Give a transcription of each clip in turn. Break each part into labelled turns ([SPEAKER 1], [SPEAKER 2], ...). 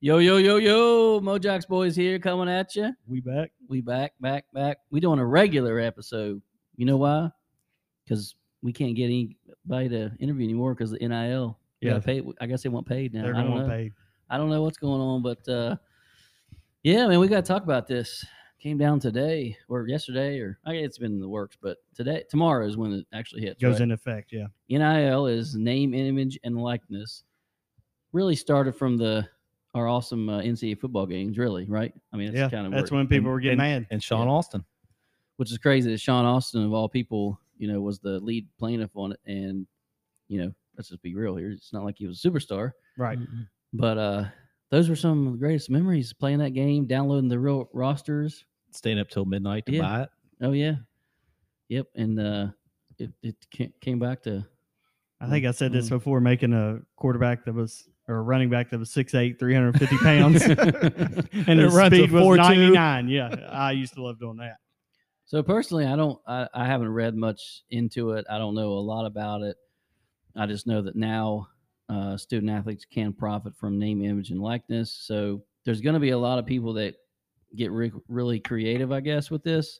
[SPEAKER 1] Yo, yo, yo, yo, Mojax Boys here coming at you.
[SPEAKER 2] We back.
[SPEAKER 1] We back, back, back. We doing a regular episode. You know why? Because we can't get anybody to interview anymore because the NIL. Yeah.
[SPEAKER 2] Yeah.
[SPEAKER 1] Pay, I guess they want paid now.
[SPEAKER 2] They're
[SPEAKER 1] I don't
[SPEAKER 2] going
[SPEAKER 1] know.
[SPEAKER 2] paid.
[SPEAKER 1] I don't know what's going on, but uh, yeah, man, we got to talk about this. Came down today or yesterday, or I guess it's been in the works, but today, tomorrow is when it actually hits.
[SPEAKER 2] Goes
[SPEAKER 1] right?
[SPEAKER 2] into effect. Yeah.
[SPEAKER 1] NIL is name, image, and likeness. Really started from the our awesome uh, NCAA football games, really, right? I mean, it's
[SPEAKER 2] yeah.
[SPEAKER 1] kind of
[SPEAKER 2] That's when people were getting mad.
[SPEAKER 3] and Sean
[SPEAKER 1] Yeah.
[SPEAKER 3] Austin.
[SPEAKER 1] which is crazy that Sean Austin of all people, you know, was the lead plaintiff on it, and you know, let's just be real here. It's not like he was a superstar,
[SPEAKER 2] Right.
[SPEAKER 1] but uh, those were some of the greatest memories playing that game, downloading the real rosters.
[SPEAKER 3] Staying up till midnight to
[SPEAKER 1] Yeah.
[SPEAKER 3] buy it.
[SPEAKER 1] Oh yeah, yep, and uh, it it ca- came back to
[SPEAKER 2] I think I said this
[SPEAKER 1] Mm.
[SPEAKER 2] before making a quarterback that was, or a running back that was 6'8, 350 pounds. and
[SPEAKER 3] It
[SPEAKER 2] his
[SPEAKER 3] runs a
[SPEAKER 2] speed was
[SPEAKER 3] 4.2.
[SPEAKER 2] 99. Yeah. I used to love doing that.
[SPEAKER 1] So personally, I don't. I, I haven't read much into it. I don't know a lot about it. I just know that now uh, student athletes can profit from name, image, and likeness. So there's going to be a lot of people that get re- really creative, I guess, with this.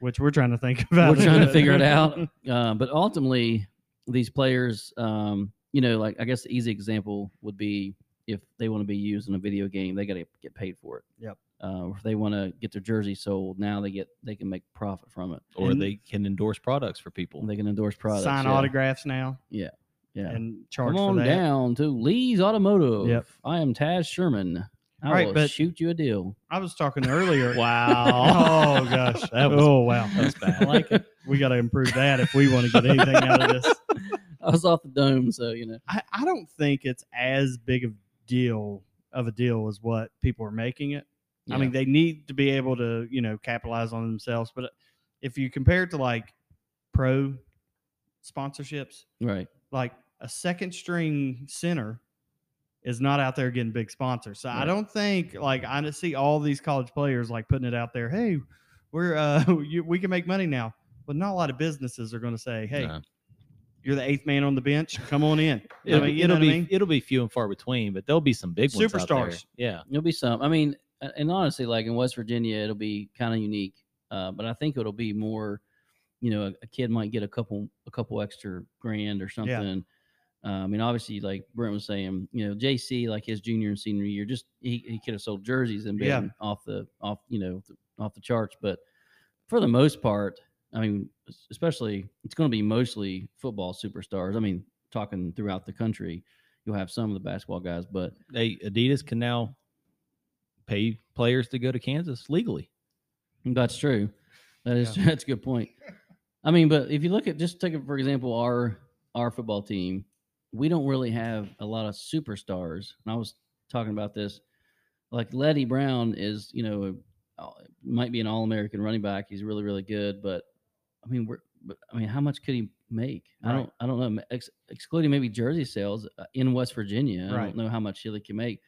[SPEAKER 2] Which we're trying to think about.
[SPEAKER 1] We're trying to figure it out. Uh, but ultimately, these players, um, you know, like I guess the easy example would be if they want to be used in a video game, they got to get paid for it.
[SPEAKER 2] Yep.
[SPEAKER 1] Uh, or if they want to get their jersey sold, now they get they can make profit from it.
[SPEAKER 3] Or
[SPEAKER 2] And-
[SPEAKER 3] they can endorse products for people.
[SPEAKER 1] They can endorse products.
[SPEAKER 2] Sign
[SPEAKER 1] yeah.
[SPEAKER 2] autographs now
[SPEAKER 1] Yeah.
[SPEAKER 2] and charge
[SPEAKER 1] Come on
[SPEAKER 2] for that.
[SPEAKER 1] down to Lee's Automotive.
[SPEAKER 2] Yep.
[SPEAKER 1] I am Taz Sherman. I
[SPEAKER 2] All right,
[SPEAKER 1] will
[SPEAKER 2] but-
[SPEAKER 1] shoot you a deal.
[SPEAKER 2] I was talking earlier.
[SPEAKER 3] Wow.
[SPEAKER 2] Oh, gosh.
[SPEAKER 3] That was-
[SPEAKER 2] oh, wow.
[SPEAKER 3] that was bad.
[SPEAKER 2] I like it. We got to improve that if we want to get anything out of this.
[SPEAKER 1] I was off the dome, so you know.
[SPEAKER 2] I, I don't think it's as big of deal of a deal as what people are making it. I mean, they need to be able to, you know, capitalize on themselves. But uh, if you compare it to like pro sponsorships,
[SPEAKER 1] Yeah, right.
[SPEAKER 2] like a second string center is not out there getting big sponsors. So
[SPEAKER 1] Right.
[SPEAKER 2] I don't think like I just see all these college players like putting it out there. Hey, we're uh you, we can make money now, but not a lot of businesses are going to say, hey,
[SPEAKER 3] No.
[SPEAKER 2] you're the eighth man on the bench. Come on in. I
[SPEAKER 3] It'll,
[SPEAKER 2] mean, you know
[SPEAKER 3] it'll
[SPEAKER 2] what
[SPEAKER 3] be
[SPEAKER 2] I mean?
[SPEAKER 3] it'll be few and far between, but there'll be some big ones. out there.
[SPEAKER 2] Superstars.
[SPEAKER 3] Yeah.
[SPEAKER 1] There'll be some. I mean, a- and honestly, like in West Virginia, it'll be kind of unique. Uh, but I think it'll be more, you know, a, a kid might get a couple a couple extra grand or something. Uh, I mean, obviously, like Brent was saying, you know, JC, like his junior and senior year, just he, he could have sold jerseys and been
[SPEAKER 2] Yeah.
[SPEAKER 1] off the off, you know, th- off the charts. But for the most part, I mean, es- especially it's going to be mostly football superstars. I mean, talking throughout the country, you'll have some of the basketball guys, but
[SPEAKER 3] They Adidas can now pay players to go to Kansas legally.
[SPEAKER 1] That's true. That is
[SPEAKER 2] Yeah.
[SPEAKER 1] that's a good point. I mean, but if you look at just take it for example our our football team, we don't really have a lot of superstars. And I was talking about this, like Letty Brown is you know uh, might be an All American running back. He's really really good, but I mean we're but I mean how much could he make? I
[SPEAKER 2] Right.
[SPEAKER 1] don't I don't know ma- ex- excluding maybe jersey sales uh, in West Virginia. I
[SPEAKER 2] Right.
[SPEAKER 1] don't know how much he can make.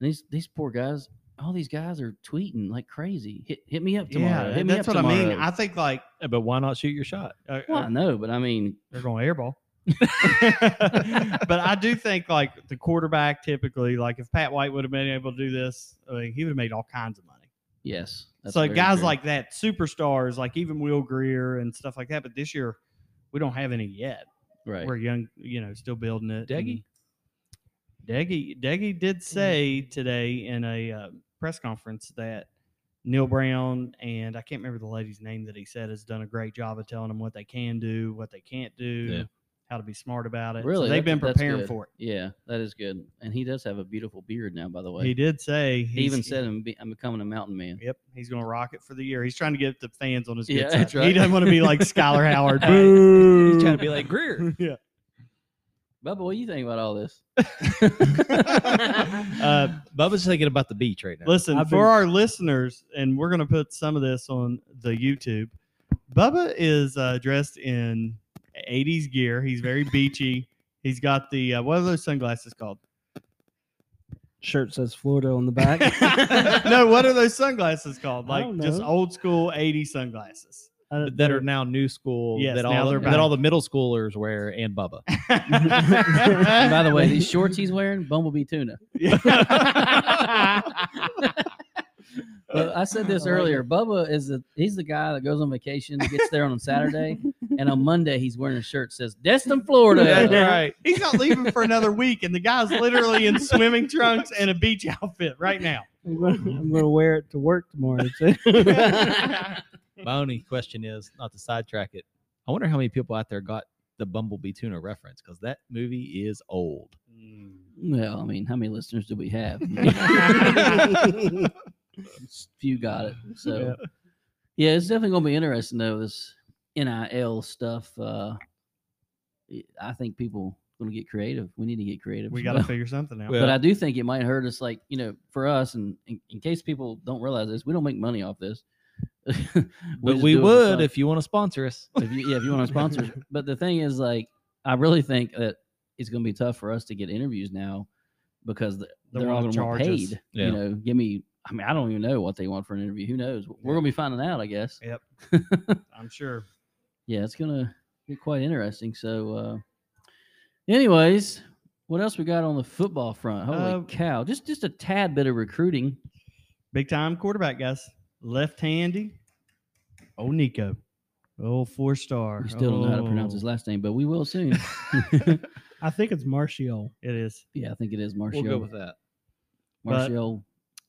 [SPEAKER 1] And these these poor guys all these guys are tweeting like crazy. Hit, hit me up tomorrow.
[SPEAKER 2] Yeah,
[SPEAKER 1] hit me
[SPEAKER 2] eh? that's
[SPEAKER 1] up
[SPEAKER 2] what I mean.
[SPEAKER 1] tomorrow.
[SPEAKER 2] I think like
[SPEAKER 3] Yeah, But why not shoot your shot?
[SPEAKER 2] uh,
[SPEAKER 1] well, I know, but I mean,
[SPEAKER 2] they're going airball. but I do think like the quarterback typically, like if Pat White would have been able to do this, I mean, he would have made all kinds of money.
[SPEAKER 1] yes. that's
[SPEAKER 2] so
[SPEAKER 1] very
[SPEAKER 2] guys
[SPEAKER 1] true.
[SPEAKER 2] like that, superstars like even Will Greer and stuff like that. But this year, we don't have any yet.
[SPEAKER 1] right.
[SPEAKER 2] We're young, you know, still building it.
[SPEAKER 3] Deggy?
[SPEAKER 2] and- Deggy, Deggy did say today in a uh, press conference that Neil Brown and I can't remember the lady's name that he said has done a great job of telling them what they can do, what they can't do,
[SPEAKER 3] Yeah.
[SPEAKER 2] how to be smart about it. So
[SPEAKER 1] Really,
[SPEAKER 2] they've
[SPEAKER 1] that's-
[SPEAKER 2] been
[SPEAKER 1] that's
[SPEAKER 2] preparing
[SPEAKER 1] good.
[SPEAKER 2] for it.
[SPEAKER 1] Yeah, that is good. And he does have a beautiful beard now, by the way.
[SPEAKER 2] He did say
[SPEAKER 1] He even
[SPEAKER 2] he's-
[SPEAKER 1] said, I'm, be, I'm becoming a mountain man.
[SPEAKER 2] Yep, he's going to rock it for the year. He's trying to get the fans on his good
[SPEAKER 1] Yeah,
[SPEAKER 2] side.
[SPEAKER 1] that's right.
[SPEAKER 2] He doesn't want to be like Skylar Howard.
[SPEAKER 3] Right.
[SPEAKER 2] Boo!
[SPEAKER 3] Uh, He's trying to be like Greer.
[SPEAKER 2] yeah.
[SPEAKER 1] Bubba, what do you think about all this?
[SPEAKER 2] Uh,
[SPEAKER 3] Bubba's thinking about the beach right now.
[SPEAKER 2] listen
[SPEAKER 3] I've
[SPEAKER 2] for
[SPEAKER 3] been-
[SPEAKER 2] our listeners, and we're going to put some of this on the YouTube. Bubba is uh, dressed in '80s gear. He's very beachy. He's got the uh, what are those sunglasses called?
[SPEAKER 4] shirt says Florida on the back.
[SPEAKER 2] no, what are those sunglasses called?
[SPEAKER 4] I
[SPEAKER 2] Like
[SPEAKER 4] don't
[SPEAKER 2] just
[SPEAKER 4] know.
[SPEAKER 2] old school '80s sunglasses.
[SPEAKER 4] I don't-
[SPEAKER 3] that are now new school
[SPEAKER 2] Yes,
[SPEAKER 3] that
[SPEAKER 2] now
[SPEAKER 3] all
[SPEAKER 2] they're
[SPEAKER 3] that all the middle schoolers wear and Bubba.
[SPEAKER 1] And by the way, these shorts he's wearing, Bumblebee Tuna. said this
[SPEAKER 4] I like
[SPEAKER 1] earlier. Bubba is the he's the guy that goes on vacation, gets there on Saturday, and on Monday he's wearing a shirt that says Destin,
[SPEAKER 2] That's
[SPEAKER 1] Florida.
[SPEAKER 2] right. He's not leaving for another week, and the guy's literally in swimming trunks and a beach outfit right now.
[SPEAKER 4] I'm gonna, I'm gonna wear it to work tomorrow too.
[SPEAKER 3] My only question is not to sidetrack it. I wonder how many people out there got the Bumblebee Tuna reference because that movie is old.
[SPEAKER 1] well, I mean, how many listeners do we have? Few got it. So yeah. it's definitely gonna be interesting though. This NIL stuff. Uh, it- I think people gonna get creative. We need to get creative.
[SPEAKER 2] we
[SPEAKER 1] as
[SPEAKER 2] got to
[SPEAKER 1] well.
[SPEAKER 2] figure something out.
[SPEAKER 3] Well-
[SPEAKER 1] but I do think it might hurt us, like you know, for us, and in, in case people don't realize this, we don't make money off this.
[SPEAKER 3] but we would if you want to sponsor us.
[SPEAKER 1] if you, yeah, if you want to sponsor. us. but the thing is, like, I really think that it's going to be tough for us to get interviews now because th-
[SPEAKER 2] They
[SPEAKER 1] they're all
[SPEAKER 2] wanna
[SPEAKER 1] going to want
[SPEAKER 2] charge us.
[SPEAKER 1] paid.
[SPEAKER 3] Yeah.
[SPEAKER 1] You know, give me. I mean, I don't even know what they want for an interview. Who knows? We're going to be finding out, I guess.
[SPEAKER 2] Yep. I'm sure.
[SPEAKER 1] Yeah, it's going to be quite interesting. So, uh anyways. What else we got on the football front? Holy
[SPEAKER 2] Uh,
[SPEAKER 1] cow! Just just a tad bit of recruiting.
[SPEAKER 2] Big time quarterback, guys. Left handy. Oh, Nico. Oh, four star.
[SPEAKER 1] We still don't know how to pronounce his
[SPEAKER 2] Oh.
[SPEAKER 1] last name, but we will soon.
[SPEAKER 4] I think it's Martial.
[SPEAKER 2] It is.
[SPEAKER 1] yeah, I think it is
[SPEAKER 3] We'll
[SPEAKER 1] Martial.
[SPEAKER 3] go with that.
[SPEAKER 2] But-
[SPEAKER 1] Martial.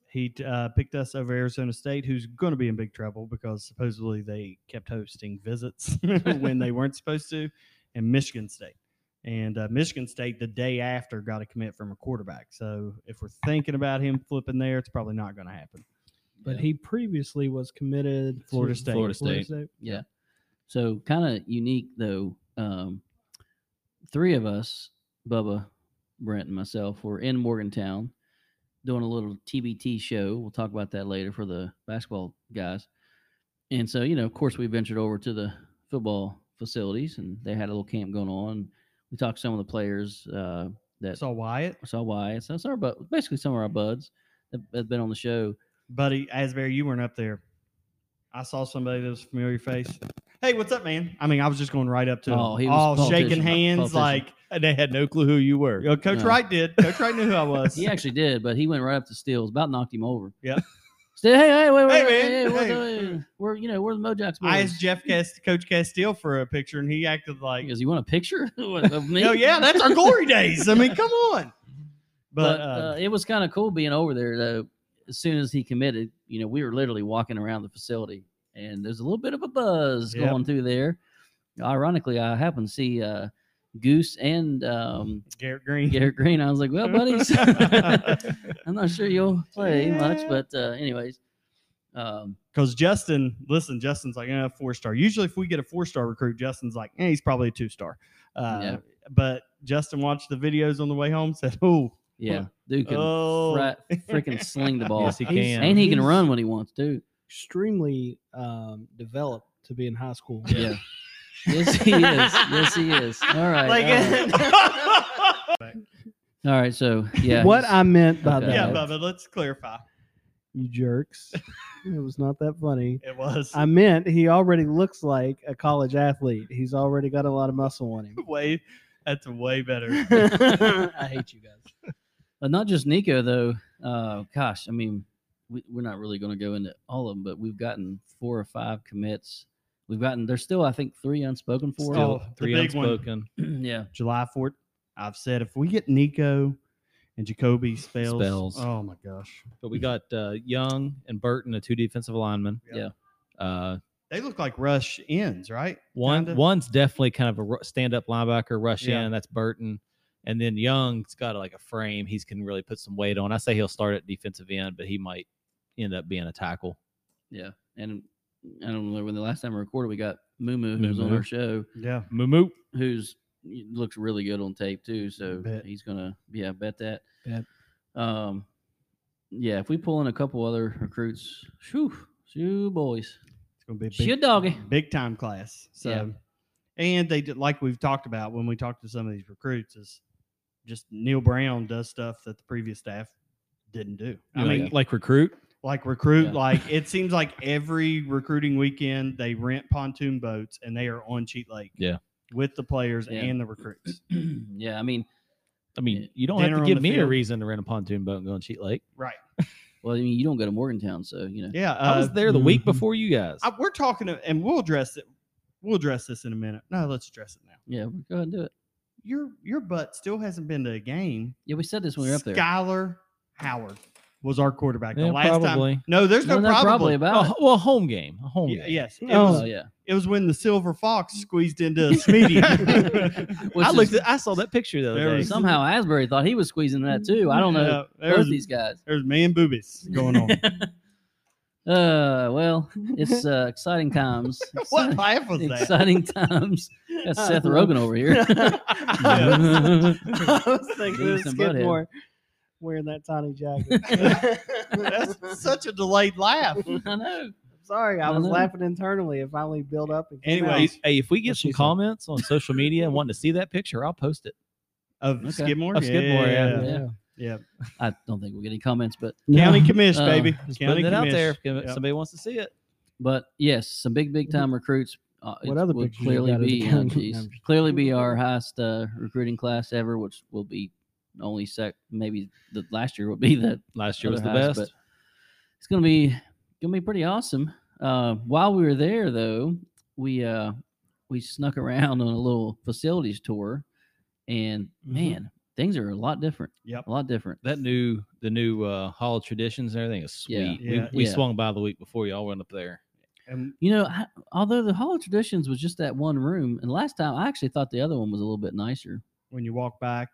[SPEAKER 2] He uh, picked us over Arizona State, who's going to be in big trouble because supposedly they kept hosting visits when they weren't supposed to, and Michigan State. And uh, Michigan State, the day after, got a commit from a quarterback. So if we're thinking about him flipping there, it's probably not going to happen.
[SPEAKER 4] But
[SPEAKER 1] Yeah.
[SPEAKER 4] he previously was committed
[SPEAKER 2] Florida
[SPEAKER 4] to
[SPEAKER 2] State.
[SPEAKER 3] Florida State.
[SPEAKER 1] Yeah. So kind of unique though. Um, three of us, Bubba, Brent, and myself, were in Morgantown doing a little TBT show. We'll talk about that later for the basketball guys. And so, you know, of course, we ventured over to the football facilities, and they had a little camp going on. We talked to some of the players uh, that
[SPEAKER 2] So Wyatt,
[SPEAKER 1] saw why. So it's our but basically some of our buds that have been on the show.
[SPEAKER 2] buddy Asbury, you weren't up there. I saw somebody that was a familiar face. Hey, what's up, man? I mean, I was just going right up to him,
[SPEAKER 1] Oh, he was
[SPEAKER 2] all
[SPEAKER 1] politician,
[SPEAKER 2] shaking hands,
[SPEAKER 1] politician.
[SPEAKER 2] like
[SPEAKER 3] And they had no clue who you were.
[SPEAKER 2] you know, Coach
[SPEAKER 1] No.
[SPEAKER 2] Wright did. Coach Wright knew who I was.
[SPEAKER 1] He actually did, but he went right up to Steele's, about knocked him over.
[SPEAKER 2] Yep.
[SPEAKER 1] Said, hey, hey, wait, wait,
[SPEAKER 2] Hey,
[SPEAKER 1] wait,
[SPEAKER 2] man.
[SPEAKER 1] hey, what's
[SPEAKER 2] Hey.
[SPEAKER 1] up? we're you know we're the Mojack's boys.
[SPEAKER 2] I asked Jeff Cast- Coach Castile for a picture, and he acted like,
[SPEAKER 1] He goes, you want a picture What, of me?
[SPEAKER 2] "Oh yeah, that's our glory days." I mean, come on. But,
[SPEAKER 1] But
[SPEAKER 2] uh,
[SPEAKER 1] uh, it was kind of cool being over there though. As soon as he committed, you know, we were literally walking around the facility, and there's a little bit of a buzz
[SPEAKER 2] Yep.
[SPEAKER 1] going through there. Ironically, I happened to see uh, Goose and um,
[SPEAKER 2] Garrett Green,
[SPEAKER 1] Garrett Green. I was like, well, buddies, I'm not sure you'll play much,
[SPEAKER 2] Yeah.
[SPEAKER 1] but uh, anyways, um,
[SPEAKER 2] because Justin, listen, Justin's like, "Eh, four star." Usually, if we get a four star recruit, Justin's like, "Eh, he's probably a two star." Uh,
[SPEAKER 1] Yeah.
[SPEAKER 2] But Justin watched the videos on the way home, said, "Oh,
[SPEAKER 1] yeah, dude can
[SPEAKER 2] oh,
[SPEAKER 1] freaking sling the ball.
[SPEAKER 3] Yes, he
[SPEAKER 4] He's-
[SPEAKER 3] can.
[SPEAKER 1] and he can
[SPEAKER 4] He's-
[SPEAKER 1] run when he wants to.
[SPEAKER 4] Extremely um, developed to be in high school.
[SPEAKER 1] Yeah. yes, he is. Yes, he is. All right.
[SPEAKER 2] like."
[SPEAKER 1] all, right. All right, So yeah.
[SPEAKER 4] what
[SPEAKER 1] he's-
[SPEAKER 4] I meant by
[SPEAKER 1] Okay.
[SPEAKER 4] that,
[SPEAKER 2] yeah, Bubba, let's clarify.
[SPEAKER 4] you jerks, it was not that funny.
[SPEAKER 2] It was
[SPEAKER 4] I meant he already looks like a college athlete. He's already got a lot of muscle on him.
[SPEAKER 2] way. That's way better.
[SPEAKER 4] I hate you guys.
[SPEAKER 1] but not just Nico though. Uh, gosh, I mean, we, we're not really going to go into all of them, but we've gotten four or five commits. We've gotten there's still I think three unspoken for.
[SPEAKER 3] Still
[SPEAKER 2] Oh, the
[SPEAKER 3] three
[SPEAKER 2] big one.
[SPEAKER 3] unspoken.
[SPEAKER 1] yeah.
[SPEAKER 2] July 4th. I've said if we get Nico and Jacoby spells,
[SPEAKER 3] Spells.
[SPEAKER 2] oh my gosh,
[SPEAKER 3] But we got uh, Young and Burton, the two defensive linemen.
[SPEAKER 1] Yep.
[SPEAKER 3] Yeah. Uh,
[SPEAKER 2] they look like rush ends, right?
[SPEAKER 3] one
[SPEAKER 2] Kinda.
[SPEAKER 3] one's definitely kind of a ru- stand-up linebacker rush
[SPEAKER 2] Yeah.
[SPEAKER 3] in. That's Burton, and then Young's got like a frame. He's can really put some weight on. I say he'll start at defensive end, but he might end up being a tackle.
[SPEAKER 1] Yeah. And I don't know when the last time we recorded, we got Moo Moo who was on
[SPEAKER 3] Mumu.
[SPEAKER 1] our show.
[SPEAKER 2] Yeah,
[SPEAKER 3] Moo moo.
[SPEAKER 1] who's he looks really good on tape too. So
[SPEAKER 2] Bet.
[SPEAKER 1] he's gonna yeah, bet that.
[SPEAKER 4] Bet.
[SPEAKER 1] Um yeah, if we pull in a couple other recruits, shoo, shoo boys.
[SPEAKER 2] it's gonna be a
[SPEAKER 1] Shoo
[SPEAKER 2] big,
[SPEAKER 1] doggy.
[SPEAKER 2] big time class. So,
[SPEAKER 1] Yeah.
[SPEAKER 2] and they did like we've talked about when we talked to some of these recruits is just Neil Brown does stuff that the previous staff didn't do. I mean,
[SPEAKER 3] like recruit.
[SPEAKER 2] like recruit
[SPEAKER 1] Yeah.
[SPEAKER 2] like it seems like every recruiting weekend they rent pontoon boats and they are on cheat lake
[SPEAKER 3] Yeah.
[SPEAKER 2] with the players
[SPEAKER 1] Yeah.
[SPEAKER 2] and the recruits
[SPEAKER 1] yeah, I mean
[SPEAKER 3] I mean,
[SPEAKER 1] Yeah.
[SPEAKER 3] you don't
[SPEAKER 2] Dinner
[SPEAKER 3] have
[SPEAKER 2] on
[SPEAKER 3] to give
[SPEAKER 2] the
[SPEAKER 3] me a
[SPEAKER 2] field.
[SPEAKER 3] reason to rent a pontoon boat and go on Cheat Lake.
[SPEAKER 2] right
[SPEAKER 1] Well, I mean, you don't go to Morgantown, so you know.
[SPEAKER 2] Yeah,
[SPEAKER 3] I was
[SPEAKER 2] uh,
[SPEAKER 3] there the week
[SPEAKER 4] mhm.
[SPEAKER 3] before you guys.
[SPEAKER 2] I- we're talking, to- and we'll address it. We'll address this in a minute. No, let's address it now.
[SPEAKER 1] Yeah, go ahead and do it.
[SPEAKER 2] Your your butt still hasn't been to a game.
[SPEAKER 1] Yeah, we said this when we were up there.
[SPEAKER 2] Skylar Howard was our quarterback
[SPEAKER 3] Yeah,
[SPEAKER 2] the last
[SPEAKER 3] probably.
[SPEAKER 2] time. No, there's no,
[SPEAKER 1] No, that's probably
[SPEAKER 2] problem. Oh,
[SPEAKER 1] about.
[SPEAKER 3] A-
[SPEAKER 1] it.
[SPEAKER 3] well, a home game, a home game.
[SPEAKER 2] Yes, it,
[SPEAKER 4] Oh.
[SPEAKER 1] Oh
[SPEAKER 2] was,
[SPEAKER 1] yeah,
[SPEAKER 2] it was when the silver fox squeezed into a Smeaty.
[SPEAKER 1] Which
[SPEAKER 3] I
[SPEAKER 1] is-
[SPEAKER 3] looked. At, I saw that picture the
[SPEAKER 2] There
[SPEAKER 3] other day.
[SPEAKER 2] was-
[SPEAKER 1] somehow Asbury thought he was squeezing that too. I don't know.
[SPEAKER 2] Yeah, there
[SPEAKER 1] Both
[SPEAKER 2] was,
[SPEAKER 1] these guys.
[SPEAKER 2] there's man boobies going on.
[SPEAKER 1] Uh, well, it's uh, exciting times.
[SPEAKER 2] what
[SPEAKER 1] Exciting-
[SPEAKER 2] laugh was that?
[SPEAKER 1] Exciting times. That's Seth Rogen over here.
[SPEAKER 4] I was thinking
[SPEAKER 1] Beavis
[SPEAKER 4] this
[SPEAKER 1] and
[SPEAKER 4] kid
[SPEAKER 1] Butthead.
[SPEAKER 4] more wearing that tiny jacket.
[SPEAKER 2] That's such a delayed laugh.
[SPEAKER 1] I know.
[SPEAKER 4] Sorry, I
[SPEAKER 1] I
[SPEAKER 4] was
[SPEAKER 1] know.
[SPEAKER 4] laughing internally. It finally built up. And came
[SPEAKER 2] Anyway,
[SPEAKER 4] out.
[SPEAKER 3] Hey, if we get
[SPEAKER 4] What she
[SPEAKER 3] some
[SPEAKER 4] said.
[SPEAKER 3] comments on social media and wanting to see that picture, I'll post it.
[SPEAKER 2] Of
[SPEAKER 1] Okay.
[SPEAKER 2] Skidmore?
[SPEAKER 3] Of Skidmore, yeah.
[SPEAKER 2] Yeah.
[SPEAKER 1] Yeah.
[SPEAKER 2] yeah.
[SPEAKER 1] I don't think we'll get any comments, but
[SPEAKER 2] County commish,
[SPEAKER 1] Uh,
[SPEAKER 2] baby.
[SPEAKER 3] Just
[SPEAKER 2] County
[SPEAKER 3] putting it out there if
[SPEAKER 2] commish. Yep.
[SPEAKER 3] somebody wants to see it.
[SPEAKER 1] but yes, some big big time recruits. Uh, it
[SPEAKER 4] What other
[SPEAKER 1] would
[SPEAKER 4] pictures you
[SPEAKER 1] clearly
[SPEAKER 4] got of the
[SPEAKER 1] be
[SPEAKER 4] county?
[SPEAKER 1] oh, geez,
[SPEAKER 4] I'm just-
[SPEAKER 1] clearly be our highest uh, recruiting class ever, which will be only sec maybe the last year will be the
[SPEAKER 3] Last year was the
[SPEAKER 1] other highs,
[SPEAKER 3] best.
[SPEAKER 1] but it's gonna be gonna be pretty awesome. Uh, while we were there, though, we uh, we snuck around on a little facilities tour, and
[SPEAKER 4] Mm-hmm.
[SPEAKER 2] Mhm.
[SPEAKER 1] man, things are a lot different.
[SPEAKER 2] Yep.
[SPEAKER 1] A lot different.
[SPEAKER 3] that new the new uh, Hall of Traditions and everything is
[SPEAKER 1] Yeah.
[SPEAKER 3] sweet.
[SPEAKER 2] Yeah.
[SPEAKER 3] We, we
[SPEAKER 1] Yeah.
[SPEAKER 3] swung by the week before y'all went up there.
[SPEAKER 2] And
[SPEAKER 1] You know, I, although the Hall of Traditions was just that one room, and last time I actually thought the other one was a little bit nicer.
[SPEAKER 2] when you walk back,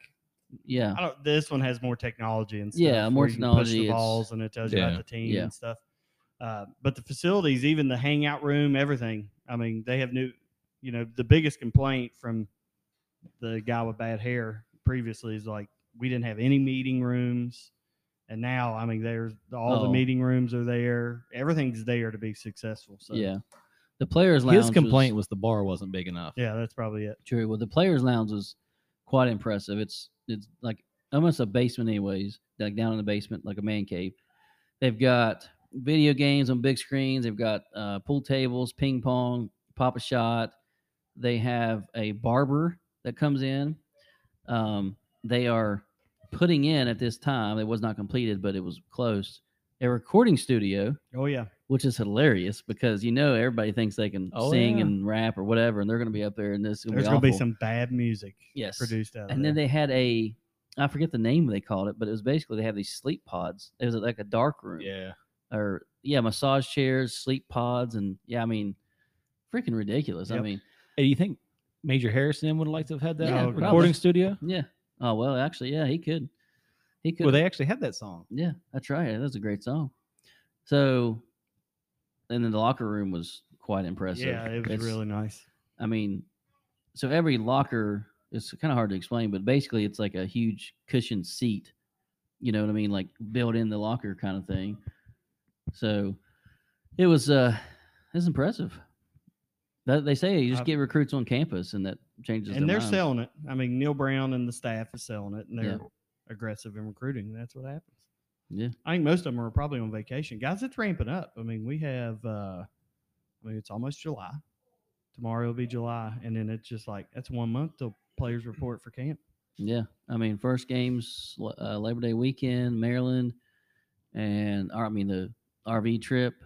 [SPEAKER 1] Yeah,
[SPEAKER 2] I don't, this one has more technology and stuff.
[SPEAKER 1] Yeah, more
[SPEAKER 2] where you can push
[SPEAKER 1] technology,
[SPEAKER 2] the
[SPEAKER 1] it's-
[SPEAKER 2] balls and it tells you
[SPEAKER 3] Yeah.
[SPEAKER 2] about the team
[SPEAKER 1] Yeah.
[SPEAKER 2] and stuff. Uh, but the facilities, even the hangout room, everything. I mean, they have new. You know, the biggest complaint from the guy with bad hair previously is like we didn't have any meeting rooms, and now I mean, there's all the
[SPEAKER 1] Oh.
[SPEAKER 2] meeting rooms are there. Everything's there to be successful. So
[SPEAKER 1] yeah. The players' lounge.
[SPEAKER 3] His complaint was the bar wasn't big enough.
[SPEAKER 2] yeah, that's probably it.
[SPEAKER 1] was true. Well, the players' lounge was quite impressive. It's it's like almost a basement, anyways. Like down in the basement, like a man cave. They've got video games on big screens. They've got uh, pool tables, ping pong, pop a shot. They have a barber that comes in. Um, they are putting in at this time. It was not completed, but it was close. A recording studio
[SPEAKER 2] Oh yeah,
[SPEAKER 1] which is hilarious because you know everybody thinks they can
[SPEAKER 3] Oh,
[SPEAKER 1] sing
[SPEAKER 3] yeah.
[SPEAKER 1] and rap or whatever, and they're going to be up there, and this is
[SPEAKER 2] there's
[SPEAKER 1] going
[SPEAKER 2] gonna
[SPEAKER 1] to
[SPEAKER 2] be some bad music
[SPEAKER 1] yes.
[SPEAKER 2] produced out. of
[SPEAKER 1] And then
[SPEAKER 2] there.
[SPEAKER 1] they had a, I forget the name they called it, but it was basically they have these sleep pods. It was like a dark room,
[SPEAKER 3] Yeah.
[SPEAKER 1] or yeah, massage chairs, sleep pods, and yeah, I mean, freaking ridiculous. I
[SPEAKER 2] Yep.
[SPEAKER 1] mean,
[SPEAKER 3] Hey, do you think Major Harrison would have liked to have had that
[SPEAKER 1] Yeah,
[SPEAKER 3] recording
[SPEAKER 1] probably.
[SPEAKER 3] studio?
[SPEAKER 1] yeah. Oh well, actually, yeah, he could, he could.
[SPEAKER 3] Well, they actually had that song.
[SPEAKER 1] Yeah, that's right. That's a great song. So, and then the locker room was quite impressive.
[SPEAKER 2] yeah, it was
[SPEAKER 1] It's-
[SPEAKER 2] really nice.
[SPEAKER 1] I mean, so every locker it's kind of hard to explain, but basically it's like a huge cushion seat. You know what I mean? Like built in the locker kind of thing. So it was uh it's impressive. That they say you just
[SPEAKER 2] I've-
[SPEAKER 1] get recruits on campus and that changes
[SPEAKER 2] and
[SPEAKER 1] their
[SPEAKER 2] they're
[SPEAKER 1] minds.
[SPEAKER 2] selling it. I mean, Neil Brown and the staff is selling it, and
[SPEAKER 1] Yeah.
[SPEAKER 2] they're aggressive in recruiting. That's what happens.
[SPEAKER 1] Yeah.
[SPEAKER 2] I think most of them are probably on vacation, guys. It's ramping up. I mean, we have. uh I mean, it's almost July. Tomorrow will be July, and then it's just like that's one month till players report for camp.
[SPEAKER 1] Yeah. I mean, first games l- uh, Labor Day weekend, Maryland, and or, I mean the RV trip,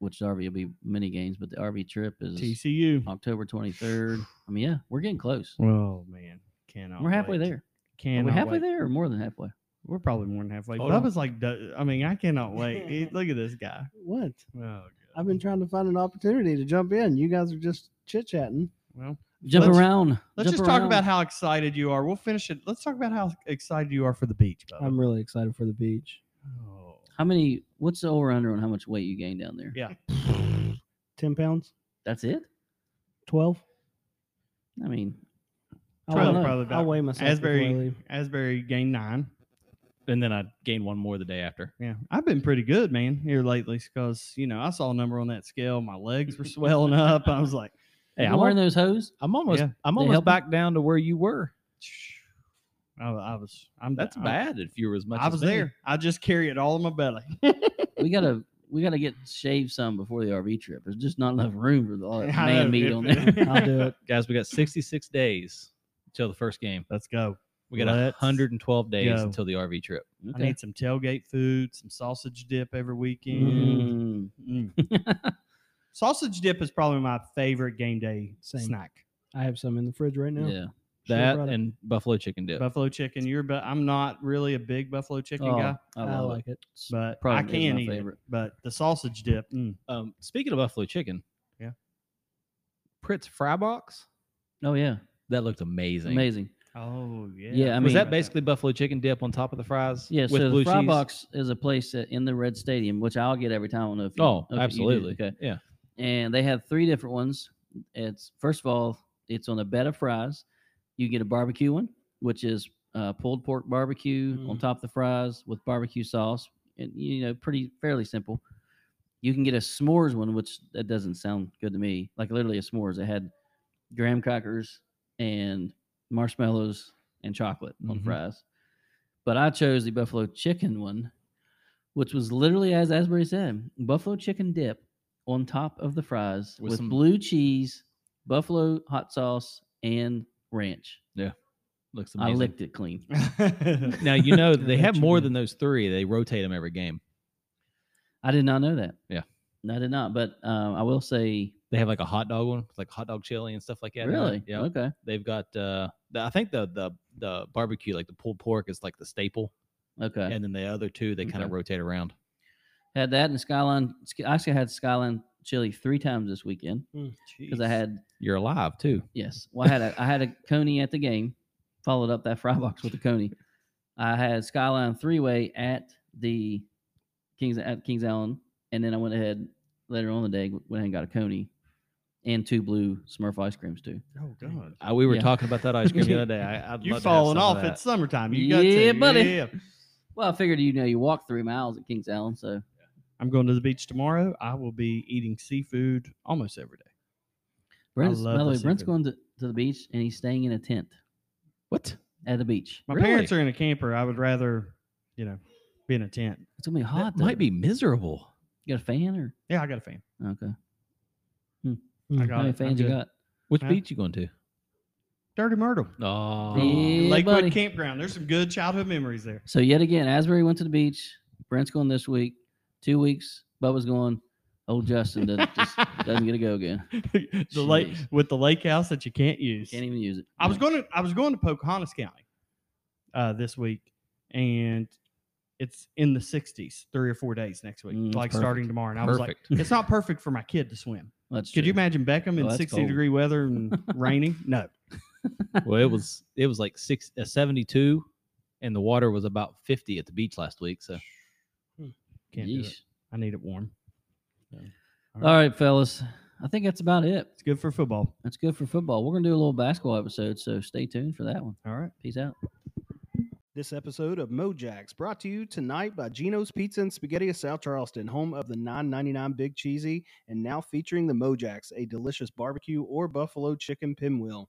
[SPEAKER 1] which RV will be mini games, but the RV trip is
[SPEAKER 2] TCU.
[SPEAKER 1] October 23rd. I mean, yeah, we're getting close.
[SPEAKER 2] Oh man, cannot.
[SPEAKER 1] We're halfway
[SPEAKER 2] wait.
[SPEAKER 1] there. Are
[SPEAKER 2] Cannot.
[SPEAKER 1] we halfway
[SPEAKER 2] wait.
[SPEAKER 1] there Oh, or more than halfway?
[SPEAKER 2] We're probably more than halfway.
[SPEAKER 3] Hold
[SPEAKER 2] Hold
[SPEAKER 3] on.
[SPEAKER 2] Bubba's like, du- I mean, I cannot wait. He- Look at this guy.
[SPEAKER 4] what?
[SPEAKER 2] Oh, God.
[SPEAKER 4] I've been trying to find an opportunity to jump in. You guys are just chit chatting.
[SPEAKER 2] Well,
[SPEAKER 1] Jump
[SPEAKER 2] let's-
[SPEAKER 1] around.
[SPEAKER 2] Let's
[SPEAKER 1] jump
[SPEAKER 2] just talk
[SPEAKER 1] around.
[SPEAKER 2] about how excited you are. We'll finish it. Let's talk about how excited you are for the beach, Bubba.
[SPEAKER 4] I'm really excited for the beach.
[SPEAKER 2] oh.
[SPEAKER 1] how many. What's the over under on how much weight you gain down there?
[SPEAKER 2] Yeah.
[SPEAKER 4] 10 pounds?
[SPEAKER 1] That's it.
[SPEAKER 4] 12?
[SPEAKER 1] I mean,
[SPEAKER 4] I'll
[SPEAKER 1] Probably-
[SPEAKER 4] weigh-
[SPEAKER 2] probably about
[SPEAKER 4] I'll weigh myself. before I
[SPEAKER 2] Asbury
[SPEAKER 4] leave.
[SPEAKER 2] Asbury gained nine.
[SPEAKER 3] And then I gained one more the day after.
[SPEAKER 2] Yeah, I've been pretty good, man, here lately because you know I saw a number on that scale. My legs were swelling up. I was like,
[SPEAKER 3] Hey,
[SPEAKER 1] you
[SPEAKER 3] I'm,
[SPEAKER 1] wearing
[SPEAKER 3] al-
[SPEAKER 1] those hose?
[SPEAKER 3] I'm almost
[SPEAKER 2] Yeah.
[SPEAKER 3] I'm
[SPEAKER 1] They
[SPEAKER 3] almost
[SPEAKER 1] help you?
[SPEAKER 3] back down to where you were.
[SPEAKER 2] I, I was. I'm
[SPEAKER 3] That's
[SPEAKER 2] I-
[SPEAKER 3] bad if you were as much.
[SPEAKER 2] I
[SPEAKER 3] as
[SPEAKER 2] was
[SPEAKER 3] me.
[SPEAKER 2] there. I just carry it all in my belly.
[SPEAKER 1] We gotta we gotta get shaved some before the RV trip. There's just not enough room for all
[SPEAKER 2] I
[SPEAKER 1] that
[SPEAKER 2] know,
[SPEAKER 1] man meat
[SPEAKER 2] if-
[SPEAKER 1] on there.
[SPEAKER 4] I'll do it.
[SPEAKER 3] guys. We got 66 days till the first game.
[SPEAKER 2] Let's go.
[SPEAKER 3] We got
[SPEAKER 2] Let's
[SPEAKER 3] 112 days
[SPEAKER 2] go.
[SPEAKER 3] until the RV trip.
[SPEAKER 2] I need some tailgate food, some sausage dip every weekend.
[SPEAKER 1] Mm.
[SPEAKER 2] Mm. sausage dip is probably my favorite game day
[SPEAKER 4] Same.
[SPEAKER 2] snack.
[SPEAKER 4] I have some in the fridge right now.
[SPEAKER 1] Yeah.
[SPEAKER 4] Should've
[SPEAKER 3] That
[SPEAKER 4] brought it.
[SPEAKER 3] and buffalo chicken dip.
[SPEAKER 2] Buffalo chicken. You're, but I'm not really a big buffalo chicken
[SPEAKER 1] Oh,
[SPEAKER 2] guy,
[SPEAKER 1] I
[SPEAKER 4] I,
[SPEAKER 1] love it.
[SPEAKER 4] like it.
[SPEAKER 2] but I
[SPEAKER 1] probably is
[SPEAKER 2] can
[SPEAKER 1] my
[SPEAKER 2] eat
[SPEAKER 1] favorite.
[SPEAKER 2] it. But the sausage dip, mm,
[SPEAKER 3] Um, speaking of buffalo chicken,
[SPEAKER 2] Yeah.
[SPEAKER 3] Pritz Fry Box
[SPEAKER 1] Oh yeah,
[SPEAKER 3] that looked amazing.
[SPEAKER 1] amazing.
[SPEAKER 2] oh yeah,
[SPEAKER 1] Yeah, I
[SPEAKER 3] was
[SPEAKER 1] mean-
[SPEAKER 3] that basically buffalo chicken dip on top of the fries?
[SPEAKER 1] Yeah,
[SPEAKER 3] with
[SPEAKER 1] so
[SPEAKER 3] blue
[SPEAKER 1] the Fry
[SPEAKER 3] cheese?
[SPEAKER 1] Box is a place that- in the Red Stadium, which I'll get every time. I don't know if you,
[SPEAKER 3] Oh,
[SPEAKER 1] okay, you do,
[SPEAKER 3] absolutely.
[SPEAKER 1] Okay,
[SPEAKER 3] Yeah.
[SPEAKER 1] and they have three different ones. It's first of all, it's on a bed of fries. You get a barbecue one, which is uh, pulled pork barbecue on
[SPEAKER 4] Mm.
[SPEAKER 1] top of the fries with barbecue sauce, and you know, pretty fairly simple. You can get a s'mores one, which that doesn't sound good to me. Like literally a s'mores. It had graham crackers and marshmallows and chocolate on
[SPEAKER 3] Mhm.
[SPEAKER 1] fries. But I chose the buffalo chicken one, which was literally as Asbury said, buffalo chicken dip on top of the fries
[SPEAKER 3] With
[SPEAKER 1] with,
[SPEAKER 3] some-
[SPEAKER 1] blue cheese, buffalo hot sauce, and ranch.
[SPEAKER 3] Looks
[SPEAKER 1] I
[SPEAKER 3] amazing.
[SPEAKER 1] licked it clean.
[SPEAKER 2] Oh,
[SPEAKER 3] Now you know
[SPEAKER 4] I
[SPEAKER 3] they
[SPEAKER 4] bet
[SPEAKER 3] have
[SPEAKER 4] you
[SPEAKER 3] more
[SPEAKER 4] do.
[SPEAKER 3] than those three. They rotate them every game.
[SPEAKER 1] I did not know that.
[SPEAKER 3] Yeah.
[SPEAKER 1] I did not. But um, I will say,
[SPEAKER 3] They have like a hot dog one, like hot dog chili and stuff like that. in it.
[SPEAKER 1] really?
[SPEAKER 3] Yeah.
[SPEAKER 1] Okay.
[SPEAKER 3] They've got uh, the, I think the the the barbecue, like the pulled pork, is like the staple,
[SPEAKER 1] Okay.
[SPEAKER 3] and then the other two they kind of
[SPEAKER 1] Okay.
[SPEAKER 3] rotate around.
[SPEAKER 1] had that and Skyline. I actually had Skyline chili three times this weekend because I had
[SPEAKER 3] You're alive too.
[SPEAKER 1] Yes. Well, I had a I had a coney at the game, followed up that fry box with a coney. I had Skyline three way at the Kings at Kings Island, and then I went ahead later on in the day went ahead and got a coney and two blue Smurf ice creams too.
[SPEAKER 2] Oh god.
[SPEAKER 3] Uh, we were
[SPEAKER 1] Yeah.
[SPEAKER 3] talking about that ice cream the other day. I, I'd
[SPEAKER 2] You
[SPEAKER 3] love to have
[SPEAKER 2] falling
[SPEAKER 3] some
[SPEAKER 2] off?
[SPEAKER 3] Of that.
[SPEAKER 2] It's summertime. You got
[SPEAKER 1] Yeah,
[SPEAKER 2] to.
[SPEAKER 1] buddy.
[SPEAKER 2] Yeah.
[SPEAKER 1] Well, I figured you know you walk three miles at Kings Island, so
[SPEAKER 2] I'm going to the beach tomorrow. I will be eating seafood almost every day.
[SPEAKER 1] Brent's by
[SPEAKER 2] love
[SPEAKER 1] the
[SPEAKER 2] the
[SPEAKER 1] way, Brent's
[SPEAKER 2] seafood.
[SPEAKER 1] going to, to the beach and he's staying in a tent
[SPEAKER 3] what?
[SPEAKER 1] at the beach.
[SPEAKER 2] My
[SPEAKER 3] Really?
[SPEAKER 2] parents are in a camper. I would rather, you know, be in a tent.
[SPEAKER 1] It's gonna be
[SPEAKER 3] That
[SPEAKER 1] hot. though.
[SPEAKER 3] might be miserable.
[SPEAKER 1] You got a fan or
[SPEAKER 2] Yeah, I got a fan.
[SPEAKER 1] okay?
[SPEAKER 2] I
[SPEAKER 4] Mm.
[SPEAKER 1] How
[SPEAKER 2] got
[SPEAKER 1] many
[SPEAKER 2] it. I'm
[SPEAKER 1] fans you
[SPEAKER 2] good.
[SPEAKER 1] got?
[SPEAKER 3] Which
[SPEAKER 2] Huh?
[SPEAKER 3] beach you going to?
[SPEAKER 2] Dirty Myrtle.
[SPEAKER 3] Oh,
[SPEAKER 1] Yeah,
[SPEAKER 2] Lakewood
[SPEAKER 1] buddy.
[SPEAKER 2] Campground. There's some good childhood memories there.
[SPEAKER 1] So yet again, Asbury went to the beach. Brent's going this week. Two weeks, Bubba's going. Old Justin doesn't, just doesn't get a go again.
[SPEAKER 2] the lake
[SPEAKER 1] Jeez.
[SPEAKER 2] with the lake house that you can't use.
[SPEAKER 1] Can't even use it.
[SPEAKER 2] I was
[SPEAKER 1] No.
[SPEAKER 2] going to I was going to Pocahontas County uh, this week, and it's in the 60s, three or four days next week,
[SPEAKER 1] Mm, that's
[SPEAKER 2] like starting
[SPEAKER 1] perfect.
[SPEAKER 2] tomorrow. And I was like,
[SPEAKER 3] perfect.
[SPEAKER 2] it's not perfect for my kid to swim.
[SPEAKER 1] That's
[SPEAKER 2] Could you
[SPEAKER 1] true.
[SPEAKER 2] imagine Beckham in
[SPEAKER 1] Oh, that's
[SPEAKER 2] 60
[SPEAKER 1] cold.
[SPEAKER 2] degree weather and raining? No.
[SPEAKER 3] well, it was it was like six uh, seventy two, and the water was about fifty at the beach last week. So
[SPEAKER 2] Can't do it.
[SPEAKER 1] Yeesh.
[SPEAKER 2] I need it warm.
[SPEAKER 1] All right, fellas. I think that's about it.
[SPEAKER 2] It's good for football.
[SPEAKER 1] That's good for football. We're going to do a little basketball episode, so stay tuned for that one.
[SPEAKER 2] All right.
[SPEAKER 1] Peace out.
[SPEAKER 5] This episode of Mojax brought to you tonight by Gino's Pizza and Spaghetti of South Charleston, home of the 9.99 Big Cheesy, and now featuring the Mojax, a delicious barbecue or buffalo chicken pinwheel.